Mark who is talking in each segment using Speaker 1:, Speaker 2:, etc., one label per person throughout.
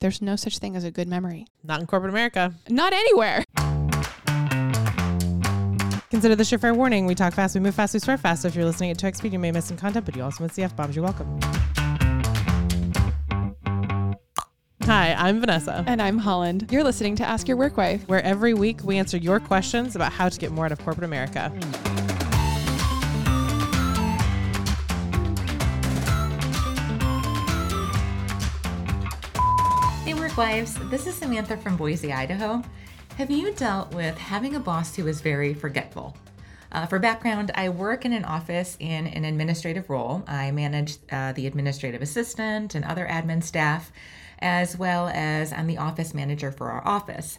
Speaker 1: There's no such thing as a good memory.
Speaker 2: Not in corporate America.
Speaker 1: Not anywhere.
Speaker 2: Consider this your fair warning. We talk fast, we move fast, we swear fast. So if you're listening at 2x speed, you may miss some content, but you also miss the F bombs. You're welcome. Hi, I'm Vanessa,
Speaker 1: And I'm Holland. You're listening to Ask Your Work Wife.
Speaker 2: where every week we answer your questions about how to get more out of corporate America.
Speaker 3: Hey, work wives. This is Samantha from Boise, Idaho. Have you dealt with having a boss who is very forgetful? Uh, for background, I work in an office in an administrative role. I manage uh, the administrative assistant and other admin staff, as well as I'm the office manager for our office.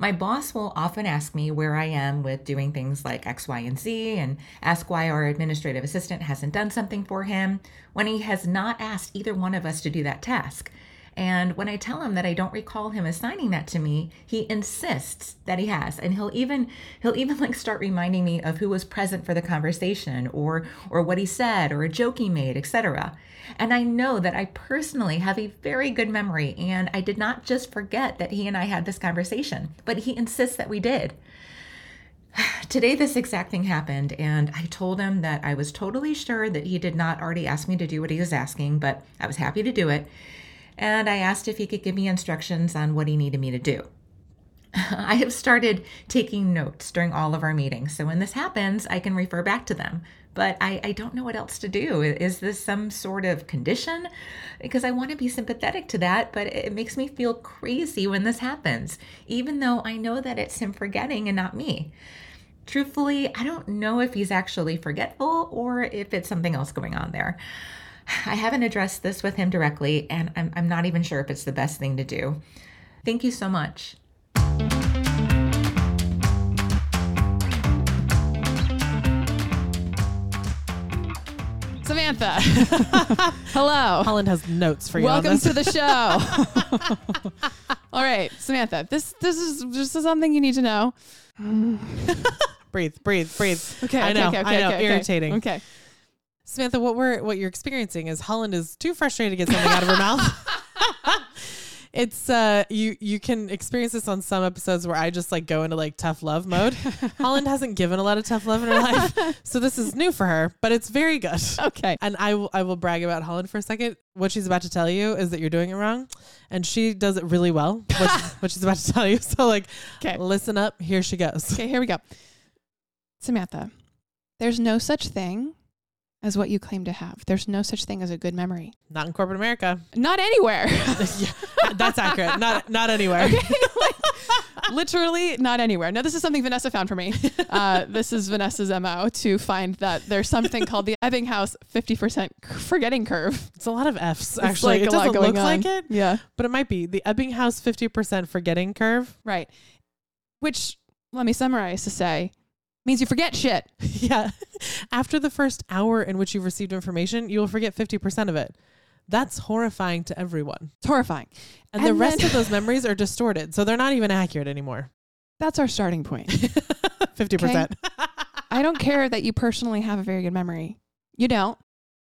Speaker 3: My boss will often ask me where I am with doing things like X, Y, and Z and ask why our administrative assistant hasn't done something for him when he has not asked either one of us to do that task. And when I tell him that I don't recall him assigning that to me, he insists that he has. And he'll even he'll even like start reminding me of who was present for the conversation or or what he said or a joke he made, etc. And I know that I personally have a very good memory and I did not just forget that he and I had this conversation, but he insists that we did. Today, this exact thing happened, and I told him that I was totally sure that he did not already ask me to do what he was asking, but I was happy to do it. And I asked if he could give me instructions on what he needed me to do. I have started taking notes during all of our meetings, so when this happens, I can refer back to them. But I, I don't know what else to do. Is this some sort of condition? Because I want to be sympathetic to that, but it makes me feel crazy when this happens, even though I know that it's him forgetting and not me truthfully, I don't know if he's actually forgetful or if it's something else going on there. I haven't addressed this with him directly, and I'm, I'm not even sure if it's the best thing to do. Thank you so much.
Speaker 1: Samantha. Hello.
Speaker 2: Holland has notes for you. on
Speaker 1: Welcome
Speaker 2: this.
Speaker 1: to the show. All right, Samantha. This this is this is something you need to know.
Speaker 2: breathe, breathe, breathe.
Speaker 1: Okay.
Speaker 2: I
Speaker 1: okay,
Speaker 2: know,
Speaker 1: Okay.
Speaker 2: I
Speaker 1: Okay.
Speaker 2: know,
Speaker 1: okay, okay.
Speaker 2: irritating.
Speaker 1: Okay.
Speaker 2: Samantha, what we're what you're experiencing is Holland is too frustrated to get something out of her mouth. it's uh you you can experience this on some episodes where I just like go into like tough love mode. Holland hasn't given a lot of tough love in her life, so this is new for her, but it's very good.
Speaker 1: Okay.
Speaker 2: And I will I will brag about Holland for a second. What she's about to tell you is that you're doing it wrong, and she does it really well. What, what she's about to tell you. So like,
Speaker 1: 'Kay.
Speaker 2: listen up. Here she goes.
Speaker 1: Okay, here we go. Samantha, there's no such thing as what you claim to have. There's no such thing as a good memory.
Speaker 2: Not in corporate America.
Speaker 1: Not anywhere.
Speaker 2: yeah, that's accurate. Not not anywhere.
Speaker 1: Literally, not anywhere. Now, this is something Vanessa found for me. Uh, this is Vanessa's MO to find that there's something called the Ebbinghaus 50% forgetting curve.
Speaker 2: It's a lot of F's,
Speaker 1: It's
Speaker 2: actually.
Speaker 1: like
Speaker 2: it
Speaker 1: a lot
Speaker 2: doesn't
Speaker 1: going
Speaker 2: look
Speaker 1: on.
Speaker 2: like it,
Speaker 1: Yeah.
Speaker 2: but it might be. The Ebbinghaus 50% forgetting curve.
Speaker 1: Right. Which, let me summarize to say, means you forget shit.
Speaker 2: yeah. After the first hour in which you've received information, you will forget 50% of it. That's horrifying to everyone.
Speaker 1: It's horrifying.
Speaker 2: And, the
Speaker 1: And
Speaker 2: rest
Speaker 1: then-
Speaker 2: of those memories are distorted. So they're not even accurate anymore.
Speaker 1: That's our starting point.
Speaker 2: 50%.
Speaker 1: I don't care that you personally have a very good memory. You don't.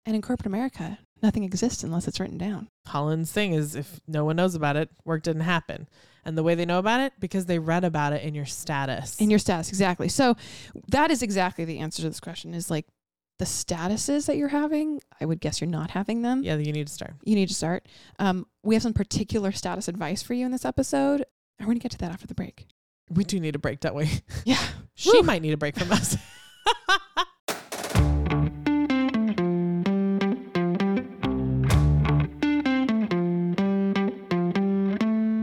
Speaker 1: And in corporate America, nothing exists unless it's written down.
Speaker 2: Holland's thing is if no one knows about it, work didn't happen. And the way they know about it, because they read about it in your status.
Speaker 1: In your status, exactly. So that is exactly the answer to this question is like the statuses that you're having, I would guess you're not having them.
Speaker 2: yeah, you need to start.
Speaker 1: You need to start. Um, we have some particular status advice for you in this episode. And we're going to get to that after the break.
Speaker 2: We do need a break, don't we?
Speaker 1: Yeah.
Speaker 2: She
Speaker 1: Woo.
Speaker 2: might need a break from us.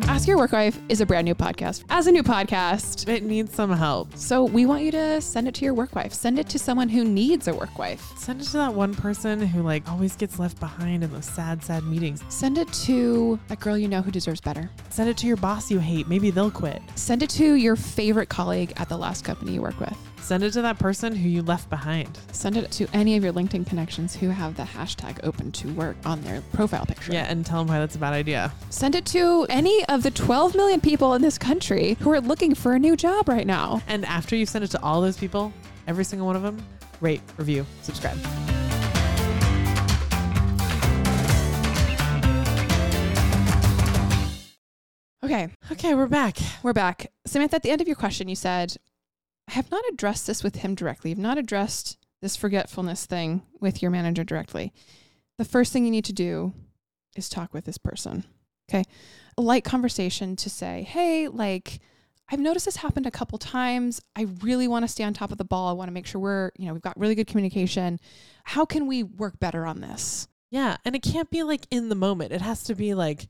Speaker 1: Ask Your Work Wife is a brand new podcast. As a new podcast,
Speaker 2: It needs some help.
Speaker 1: So we want you to send it to your work wife. Send it to someone who needs a work wife.
Speaker 2: Send it to that one person who like always gets left behind in those sad, sad meetings.
Speaker 1: Send it to that girl you know who deserves better.
Speaker 2: Send it to your boss you hate. Maybe they'll quit.
Speaker 1: Send it to your favorite colleague at the last company you work with.
Speaker 2: Send it to that person who you left behind.
Speaker 1: Send it to any of your LinkedIn connections who have the hashtag open to work on their profile picture.
Speaker 2: Yeah, and tell them why that's a bad idea.
Speaker 1: Send it to any of the 12 million people in this country who are looking for a new job right now.
Speaker 2: And after you send it to all those people, every single one of them, rate, review, subscribe.
Speaker 1: Okay,
Speaker 2: Okay, we're back.
Speaker 1: we're back. Samantha, at the end of your question, you said, I have not addressed this with him directly. I've not addressed this forgetfulness thing with your manager directly. The first thing you need to do is talk with this person. Okay. A light conversation to say, hey, like, I've noticed this happened a couple times. I really want to stay on top of the ball. I want to make sure we're, you know, we've got really good communication. How can we work better on this?
Speaker 2: Yeah, and it can't be like in the moment. It has to be like,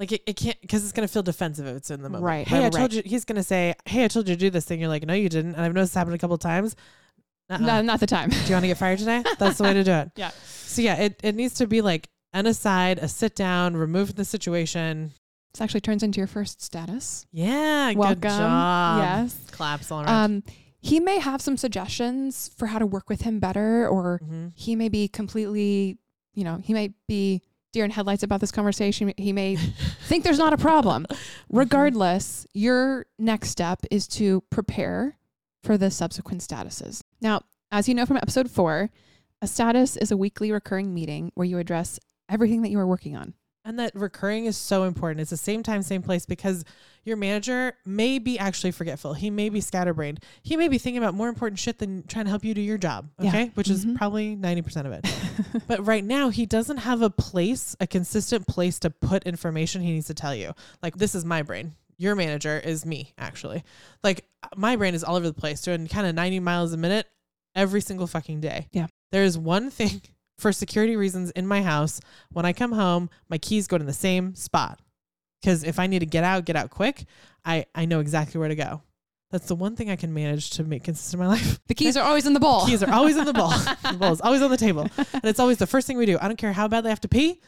Speaker 2: like it, it can't because it's gonna feel defensive if it's in the moment.
Speaker 1: Right,
Speaker 2: Hey, I
Speaker 1: right,
Speaker 2: told you. He's gonna say, "Hey, I told you to do this thing." You're like, "No, you didn't." And I've noticed this happen a couple times. uh
Speaker 1: No, not the time.
Speaker 2: Do you want to get fired today? That's the way to do it.
Speaker 1: Yeah.
Speaker 2: So yeah, it it needs to be like an aside, a sit down, remove from the situation.
Speaker 1: This actually turns into your first status.
Speaker 2: Yeah,
Speaker 1: Welcome.
Speaker 2: good job.
Speaker 1: Yes.
Speaker 2: claps all around.
Speaker 1: Um, he may have some suggestions for how to work with him better, or
Speaker 2: Mhm.
Speaker 1: he may be completely, you know, he may be deer in headlights about this conversation. He may think there's not a problem. Regardless, your next step is to prepare for the subsequent statuses. Now, as you know from episode four, a status is a weekly recurring meeting where you address everything that you are working on.
Speaker 2: And that recurring is so important. It's the same time, same place because your manager may be actually forgetful. He may be scatterbrained. He may be thinking about more important shit than trying to help you do your job,
Speaker 1: Yeah.
Speaker 2: okay? Which
Speaker 1: Mhm.
Speaker 2: is probably 90% of it. but right now, he doesn't have a place, a consistent place to put information he needs to tell you. Like, this is my brain. Your manager is me, actually. Like, my brain is all over the place, doing kind of 90 miles a minute every single fucking day.
Speaker 1: Yeah.
Speaker 2: There is one thing for security reasons in my house when I come home, my keys go to the same spot. Because if I need to get out, get out quick, I, I know exactly where to go. That's the one thing I can manage to make consistent in my life.
Speaker 1: The keys are always in the bowl.
Speaker 2: Keys are always in the bowl. the bowl is always on the table. And it's always the first thing we do. I don't care how badly I have to pee,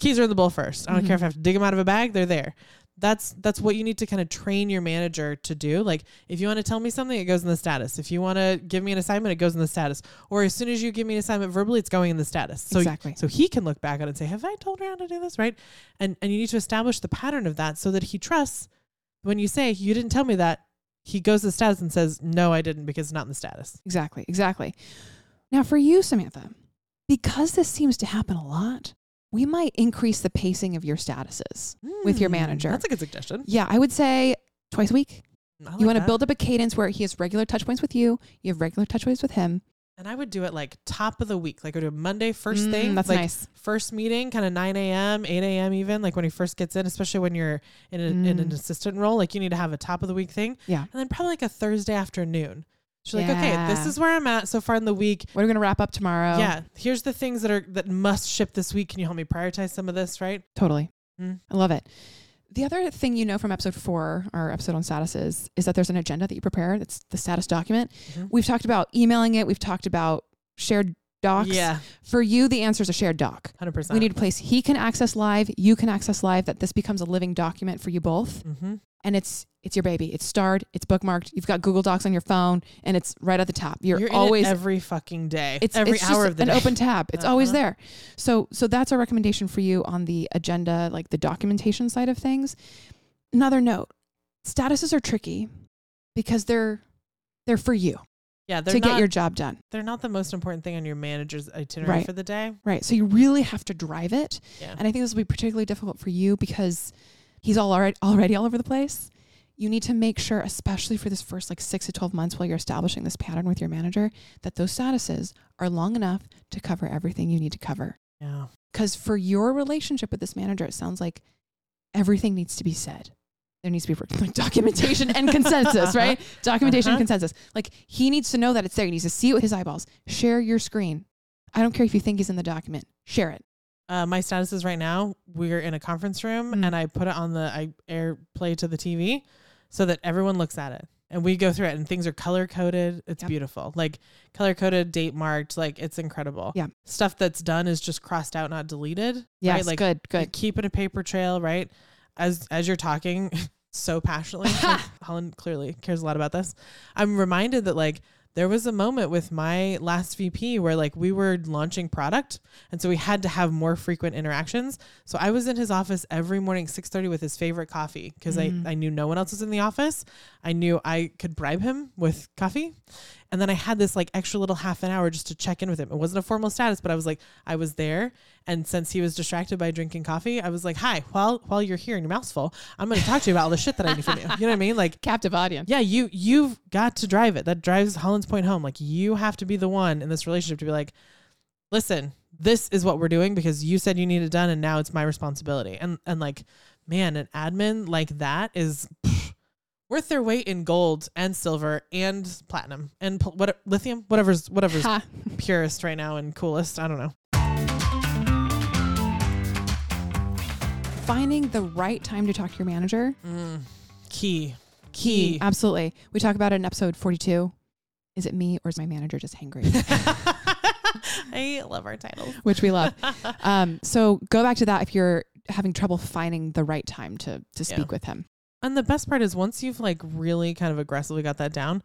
Speaker 2: keys are in the bowl first. I don't care if I have to dig them out of a bag, they're there. That's that's what you need to kind of train your manager to do. Like if you want to tell me something, it goes in the status. If you want to give me an assignment, it goes in the status. Or as soon as you give me an assignment verbally, it's going in the status. So
Speaker 1: Exactly.
Speaker 2: so he can look back on it and say, Have I told her how to do this? Right. And and you need to establish the pattern of that so that he trusts when you say, You didn't tell me that, he goes to the status and says, No, I didn't because it's not in the status.
Speaker 1: Exactly, exactly. Now, for you, Samantha, because this seems to happen a lot, we might increase the pacing of your statuses with your
Speaker 2: Hmm,
Speaker 1: manager.
Speaker 2: That's a good suggestion.
Speaker 1: yeah, I would say twice a week.
Speaker 2: I like
Speaker 1: you want to
Speaker 2: that.
Speaker 1: build up a cadence where he has regular touch points with you, you have regular touch points with him.
Speaker 2: and I would do it like top of the week, like I would do Monday first
Speaker 1: Mm,
Speaker 2: thing.
Speaker 1: That's
Speaker 2: like
Speaker 1: nice.
Speaker 2: First meeting, kind of nine a.m., eight a.m. Even like when he first gets in, especially when you're in, a, in an
Speaker 1: Mm.
Speaker 2: assistant role, like you need to have a top of the week thing.
Speaker 1: Yeah.
Speaker 2: and then probably like a Thursday afternoon. So like, okay, this
Speaker 1: Yeah. Oh.
Speaker 2: is where I'm at so far in the week.
Speaker 1: We're going to wrap up tomorrow.
Speaker 2: Yeah, here's the things that are that must ship this week. Can you help me prioritize some of this? Right?
Speaker 1: Totally.
Speaker 2: Mm.
Speaker 1: I love it. The other thing you know from episode four, our episode on statuses, is that there's an agenda that you prepare. That's the status document.
Speaker 2: Mhm.
Speaker 1: We've talked about emailing it. We've talked about shared docs.
Speaker 2: Yeah,
Speaker 1: For you, the answer is a shared doc.
Speaker 2: hundred percent.
Speaker 1: We need a place he can access live, you can access live, that this becomes a living document for you both.
Speaker 2: Mm-hmm.
Speaker 1: And it's it's your baby. It's starred, it's bookmarked, you've got Google Docs on your phone, and it's right at the top. You're,
Speaker 2: You're,
Speaker 1: always
Speaker 2: in it every fucking day.
Speaker 1: it's
Speaker 2: every
Speaker 1: it's just
Speaker 2: hour of the
Speaker 1: an
Speaker 2: day.
Speaker 1: open tab. It's always
Speaker 2: Uh-huh.
Speaker 1: there. So so that's our recommendation for you on the agenda, like the documentation side of things. Another note, statuses are tricky because they're they're for you
Speaker 2: yeah, they're
Speaker 1: to
Speaker 2: not
Speaker 1: get your job done.
Speaker 2: they're not the most important thing on your manager's itinerary
Speaker 1: Right.
Speaker 2: for the day.
Speaker 1: Right. So you really have to drive it.
Speaker 2: Yeah.
Speaker 1: And I think this will be particularly difficult for you because he's all already, already all over the place. You need to make sure, especially for this first like six to 12 months while you're establishing this pattern with your manager, that those statuses are long enough to cover everything you need to cover.
Speaker 2: Yeah.
Speaker 1: Because for your relationship with this manager, it sounds like everything needs to be said. There needs to be like documentation and consensus, right? Documentation
Speaker 2: Uh-huh.
Speaker 1: and consensus. Like he needs to know that it's there. He needs to see it with his eyeballs. Share your screen. I don't care if you think he's in the document. Share it.
Speaker 2: Uh, my status is right now we're in a conference room
Speaker 1: Mm.
Speaker 2: and I put it on the I airplay to the TV so that everyone looks at it and we go through it and things are color coded. It's
Speaker 1: Yep.
Speaker 2: beautiful, like color coded, date marked, like it's incredible.
Speaker 1: Yeah.
Speaker 2: stuff that's done is just crossed out, not deleted.
Speaker 1: Yes,
Speaker 2: right? like
Speaker 1: good,
Speaker 2: you
Speaker 1: good.
Speaker 2: keep it a paper trail, right? As as you're talking so passionately, like, Holland clearly cares a lot about this. I'm reminded that like there was a moment with my last VP where like we were launching product and so we had to have more frequent interactions. So I was in his office every morning 6:30 with his favorite coffee because I I knew no one else was in the office. I knew I could bribe him with coffee. And then I had this like extra little half an hour just to check in with him. It wasn't a formal status, but I was like, I was there. And since he was distracted by drinking coffee, I was like, hi, while, while you're here and your mouth's full, I'm going to talk to you about all the shit that I need from you. You know what I mean? Like,
Speaker 1: Captive audience.
Speaker 2: yeah, you you've got to drive it. That drives Holland's point home. Like you have to be the one in this relationship to be like, listen, this is what we're doing because you said you need it done, and now it's my responsibility. And and like, man, an admin like that is pff, worth their weight in gold and silver and platinum and pl- what lithium, whatever's whatever's
Speaker 1: Ha.
Speaker 2: purest right now and coolest. I don't know.
Speaker 1: Finding the right time to talk to your manager.
Speaker 2: Key, key.
Speaker 1: Absolutely. We talk about it in episode 42. Is it me or is my manager just hangry?
Speaker 2: I love our titles.
Speaker 1: Which we love. Um, so go back to that if you're having trouble finding the right time to to speak
Speaker 2: Yeah.
Speaker 1: with him.
Speaker 2: And the best part is once you've like really kind of aggressively got that down,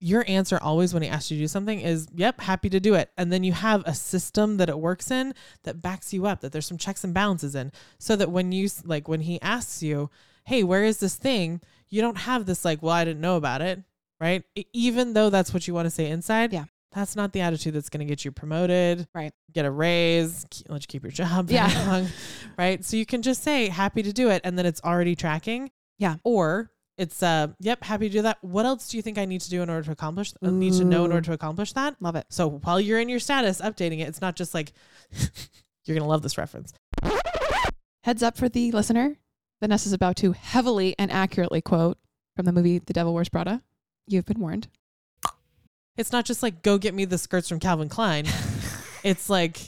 Speaker 2: your answer always when he asks you to do something is, yep, happy to do it. And then you have a system that it works in that backs you up, that there's some checks and balances in so that when you, s- like, when he asks you, hey, where is this thing? You don't have this, like, well, I didn't know about it, right? E- even though that's what you want to say inside.
Speaker 1: Yeah.
Speaker 2: That's not the attitude that's going to get you promoted,
Speaker 1: Right.
Speaker 2: Get a raise, ke- let you keep your job, very
Speaker 1: Yeah.
Speaker 2: long, right? So you can just say happy to do it, and then it's already tracking.
Speaker 1: Yeah.
Speaker 2: Or it's uh, yep, happy to do that. What else do you think I need to do in order to accomplish? I need to know in
Speaker 1: Ooh.
Speaker 2: order to accomplish that.
Speaker 1: Love it.
Speaker 2: So while you're in your status updating it, it's not just like you're gonna love this reference.
Speaker 1: Heads up for the listener. Vanessa's about to heavily and accurately quote from the movie The Devil Wears Prada. You've been warned.
Speaker 2: It's not just like go get me the skirts from Calvin Klein. it's like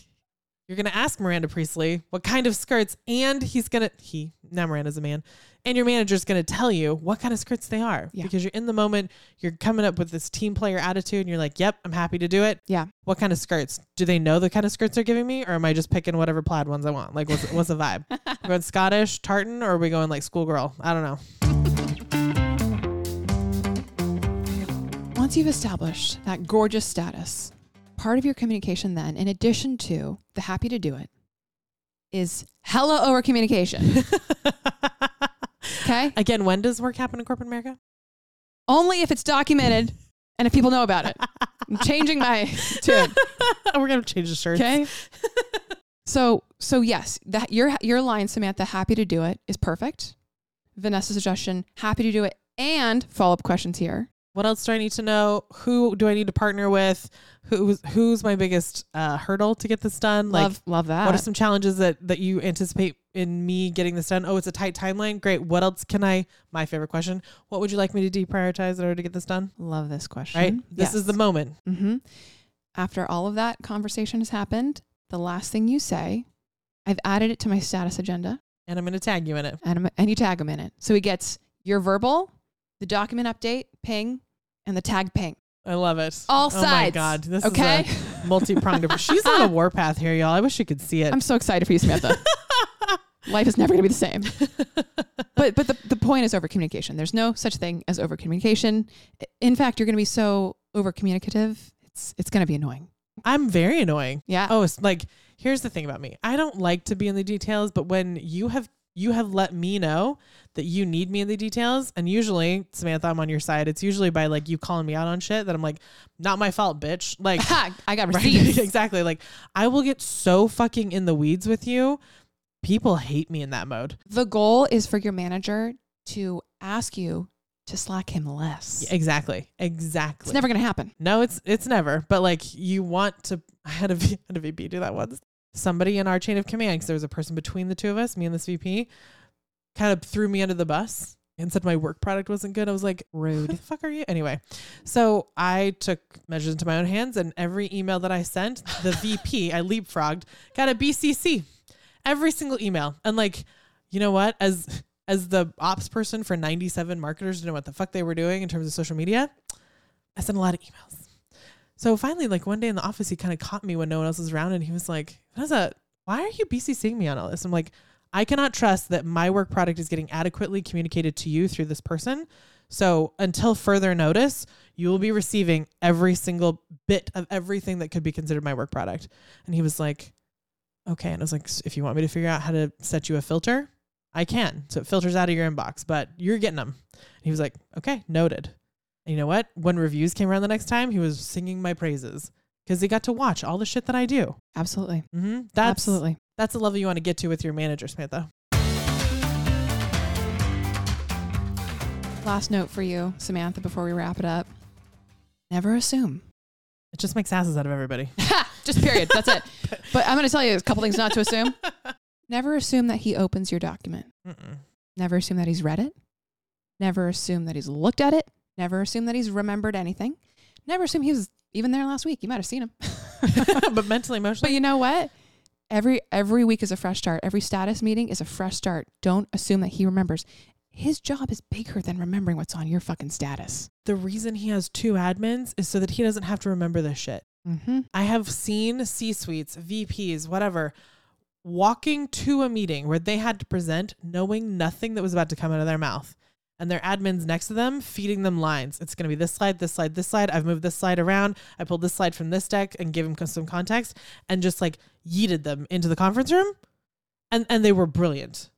Speaker 2: you're gonna ask Miranda Priestley what kind of skirts, and he's gonna he now Miranda's a man, and your manager's gonna tell you what kind of skirts they are
Speaker 1: Yeah.
Speaker 2: because you're in the moment. You're coming up with this team player attitude, and you're like, "Yep, I'm happy to do it."
Speaker 1: Yeah.
Speaker 2: What kind of skirts? Do they know the kind of skirts they're giving me, or am I just picking whatever plaid ones I want? Like, what's what's the vibe? We're going Scottish tartan, or are we going like schoolgirl? I don't know.
Speaker 1: Once you've established that gorgeous status, part of your communication then, in addition to the happy to do it, is hella over communication. Okay?
Speaker 2: Again, when does work happen in corporate America?
Speaker 1: Only if it's documented and if people know about it. I'm changing my tune.
Speaker 2: We're gonna change the shirts.
Speaker 1: Okay. so so yes, that your your line, Samantha, happy to do it is perfect. Vanessa's suggestion, happy to do it, and follow up questions here.
Speaker 2: What else do I need to know? Who do I need to partner with? Who's who's my biggest uh, hurdle to get this done? Like,
Speaker 1: love love that.
Speaker 2: what are some challenges that that you anticipate in me getting this done? Oh, it's a tight timeline. Great. What else can I? My favorite question. What would you like me to deprioritize in order to get this done?
Speaker 1: love this question.
Speaker 2: Right. This is the moment.
Speaker 1: hmm After all of that conversation has happened, the last thing you say, I've added it to my status agenda,
Speaker 2: and I'm going to tag you in it.
Speaker 1: and, I'm- and you tag him in it. So he gets your verbal, the document update, ping, and the tag ping.
Speaker 2: I love it.
Speaker 1: All
Speaker 2: oh my
Speaker 1: sides.
Speaker 2: god, this
Speaker 1: okay.
Speaker 2: is a multi-pronged. approach. She's on a warpath here, y'all. I wish you could see it.
Speaker 1: I'm so excited for you, Samantha. Life is never going to be the same. but but the, the point is over communication. There's no such thing as over communication. In fact, you're going to be so over communicative, it's, it's going to be annoying.
Speaker 2: I'm very annoying.
Speaker 1: Yeah.
Speaker 2: Oh, it's like here's the thing about me. I don't like to be in the details, but when you have you have let me know that you need me in the details, and usually Samantha, I'm on your side. It's usually by like you calling me out on shit that I'm like, not my fault, bitch. Like
Speaker 1: Ha, I got
Speaker 2: Right?
Speaker 1: receipts.
Speaker 2: exactly. Like I will get so fucking in the weeds with you. People hate me in that mode.
Speaker 1: The goal is for your manager to ask you to slack him less.
Speaker 2: Exactly. Exactly.
Speaker 1: It's never going to happen.
Speaker 2: No, it's it's never. But like you want to. I had a, V- I had a VP do that once. Somebody in our chain of command, because there was a person between the two of us, me and this VP, kind of threw me under the bus and said my work product wasn't good. I was like, who the
Speaker 1: Rude.
Speaker 2: fuck are you? Anyway, so I took measures into my own hands, and every email that I sent, the VP, I leapfrogged, got a BCC. Every single email, and like, you know what? As as the ops person for 97 marketers to know what the fuck they were doing in terms of social media, I sent a lot of emails. So finally, like one day in the office, he kind of caught me when no one else was around, and he was like, "Vanessa, why are you BCCing me on all this?" I'm like, "I cannot trust that my work product is getting adequately communicated to you through this person. So until further notice, you will be receiving every single bit of everything that could be considered my work product." And he was like, "Okay." And I was like, "S- "If you want me to figure out how to set you a filter, I can. So it filters out of your inbox, but you're getting them." And he was like, "Okay, noted." And you know what? When reviews came around the next time, he was singing my praises because he got to watch all the shit that I do.
Speaker 1: Absolutely.
Speaker 2: Mm-hmm. That's,
Speaker 1: Absolutely.
Speaker 2: That's the level you want to get to with your manager, Samantha.
Speaker 1: Last note for you, Samantha, before we wrap it up. Never assume.
Speaker 2: It just makes asses out of everybody.
Speaker 1: Just period. That's it. But I'm going to tell you a couple things not to assume. Never assume that he opens your document.
Speaker 2: Mm-mm.
Speaker 1: Never assume that he's read it. Never assume that he's looked at it. Never assume that he's remembered anything. Never assume he was even there last week. You might have seen him.
Speaker 2: but mentally, emotionally,
Speaker 1: But you know what? Every every week is a fresh start. Every status meeting is a fresh start. Don't assume that he remembers. His job is bigger than remembering what's on your fucking status.
Speaker 2: the reason he has two admins is so that he doesn't have to remember this shit.
Speaker 1: Mm-hmm.
Speaker 2: I have seen C suites, VPs, whatever, walking to a meeting where they had to present knowing nothing that was about to come out of their mouth. And their admins next to them feeding them lines. It's going to be this slide, this slide, this slide. I've moved this slide around. I pulled this slide from this deck and gave them some context and just like yeeted them into the conference room. And, and they were brilliant.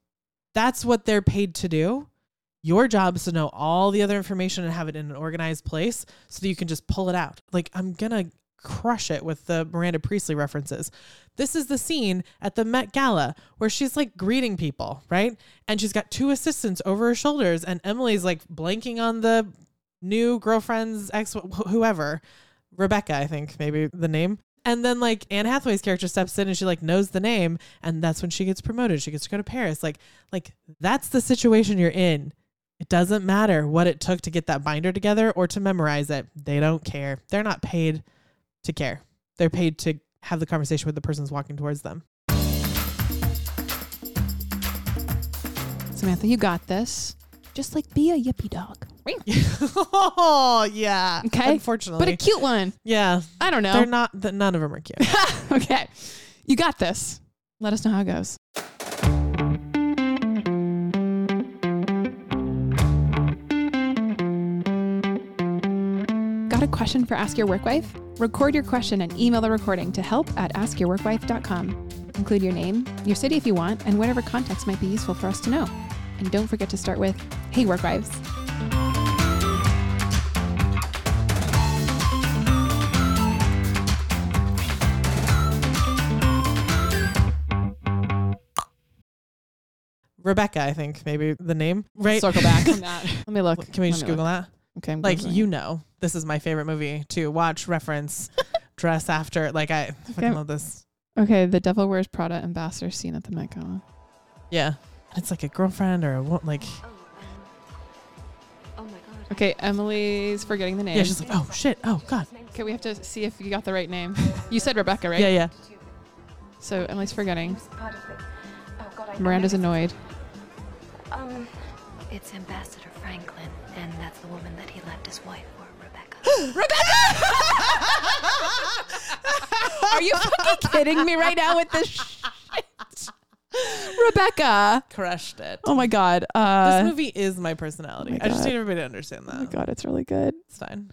Speaker 2: That's what they're paid to do. Your job is to know all the other information and have it in an organized place so that you can just pull it out. Like, I'm going to crush it with the Miranda Priestley references. This is the scene at the Met Gala where she's like greeting people, right? And she's got two assistants over her shoulders, and Emily's like blanking on the new girlfriend's ex, wh- whoever, Rebecca, I think, maybe the name. And then like Anne Hathaway's character steps in and she like knows the name and that's when she gets promoted. She gets to go to Paris. Like like that's the situation you're in. It doesn't matter what it took to get that binder together or to memorize it. They don't care. They're not paid to care. They're paid to have the conversation with the person's walking towards them.
Speaker 1: Samantha, you got this. Just like be a yippy dog.
Speaker 2: oh yeah.
Speaker 1: Okay.
Speaker 2: Unfortunately,
Speaker 1: But a cute one.
Speaker 2: yeah,
Speaker 1: I don't know.
Speaker 2: they're not. th- none of them are cute.
Speaker 1: okay. You got this. Let us know how it goes. Got a question for Ask Your Work Wife? Record your question and email the recording to help at askyourworkwife.com. Include your name, your city if you want, and whatever context might be useful for us to know. And don't forget to start with, hey, work wives.
Speaker 2: Rebecca, I think maybe the name. Right.
Speaker 1: Circle back on that. Let me look.
Speaker 2: Can we
Speaker 1: Let
Speaker 2: just
Speaker 1: me look.
Speaker 2: Google that?
Speaker 1: Okay. I'm
Speaker 2: Like
Speaker 1: Googling.
Speaker 2: you know, this is my favorite movie to watch, reference, dress after. Like I fucking
Speaker 1: Okay.
Speaker 2: love this.
Speaker 1: Okay. The Devil Wears Prada ambassador scene at the Met Gala.
Speaker 2: Yeah. It's like a girlfriend or a wo- like
Speaker 4: Oh, um, oh my god.
Speaker 1: Okay, Emily's forgetting the name.
Speaker 2: yeah. She's like oh shit oh god
Speaker 1: okay, we have to see if you got the right name. You said Rebecca, right?
Speaker 2: yeah yeah
Speaker 1: So Emily's forgetting.
Speaker 4: It's part of it. Oh god, I
Speaker 1: Miranda's
Speaker 4: I-
Speaker 1: annoyed.
Speaker 4: Um, it's Ambassador Franklin, and that's the woman that he left his wife for, Rebecca.
Speaker 1: Are you fucking kidding me right now with this shit? Rebecca.
Speaker 2: crushed it.
Speaker 1: Oh my god.
Speaker 2: This
Speaker 1: Uh, Oh
Speaker 2: movie is my personality.
Speaker 1: my
Speaker 2: I just
Speaker 1: God.
Speaker 2: need everybody to understand that.
Speaker 1: oh my god, it's really good.
Speaker 2: It's fine.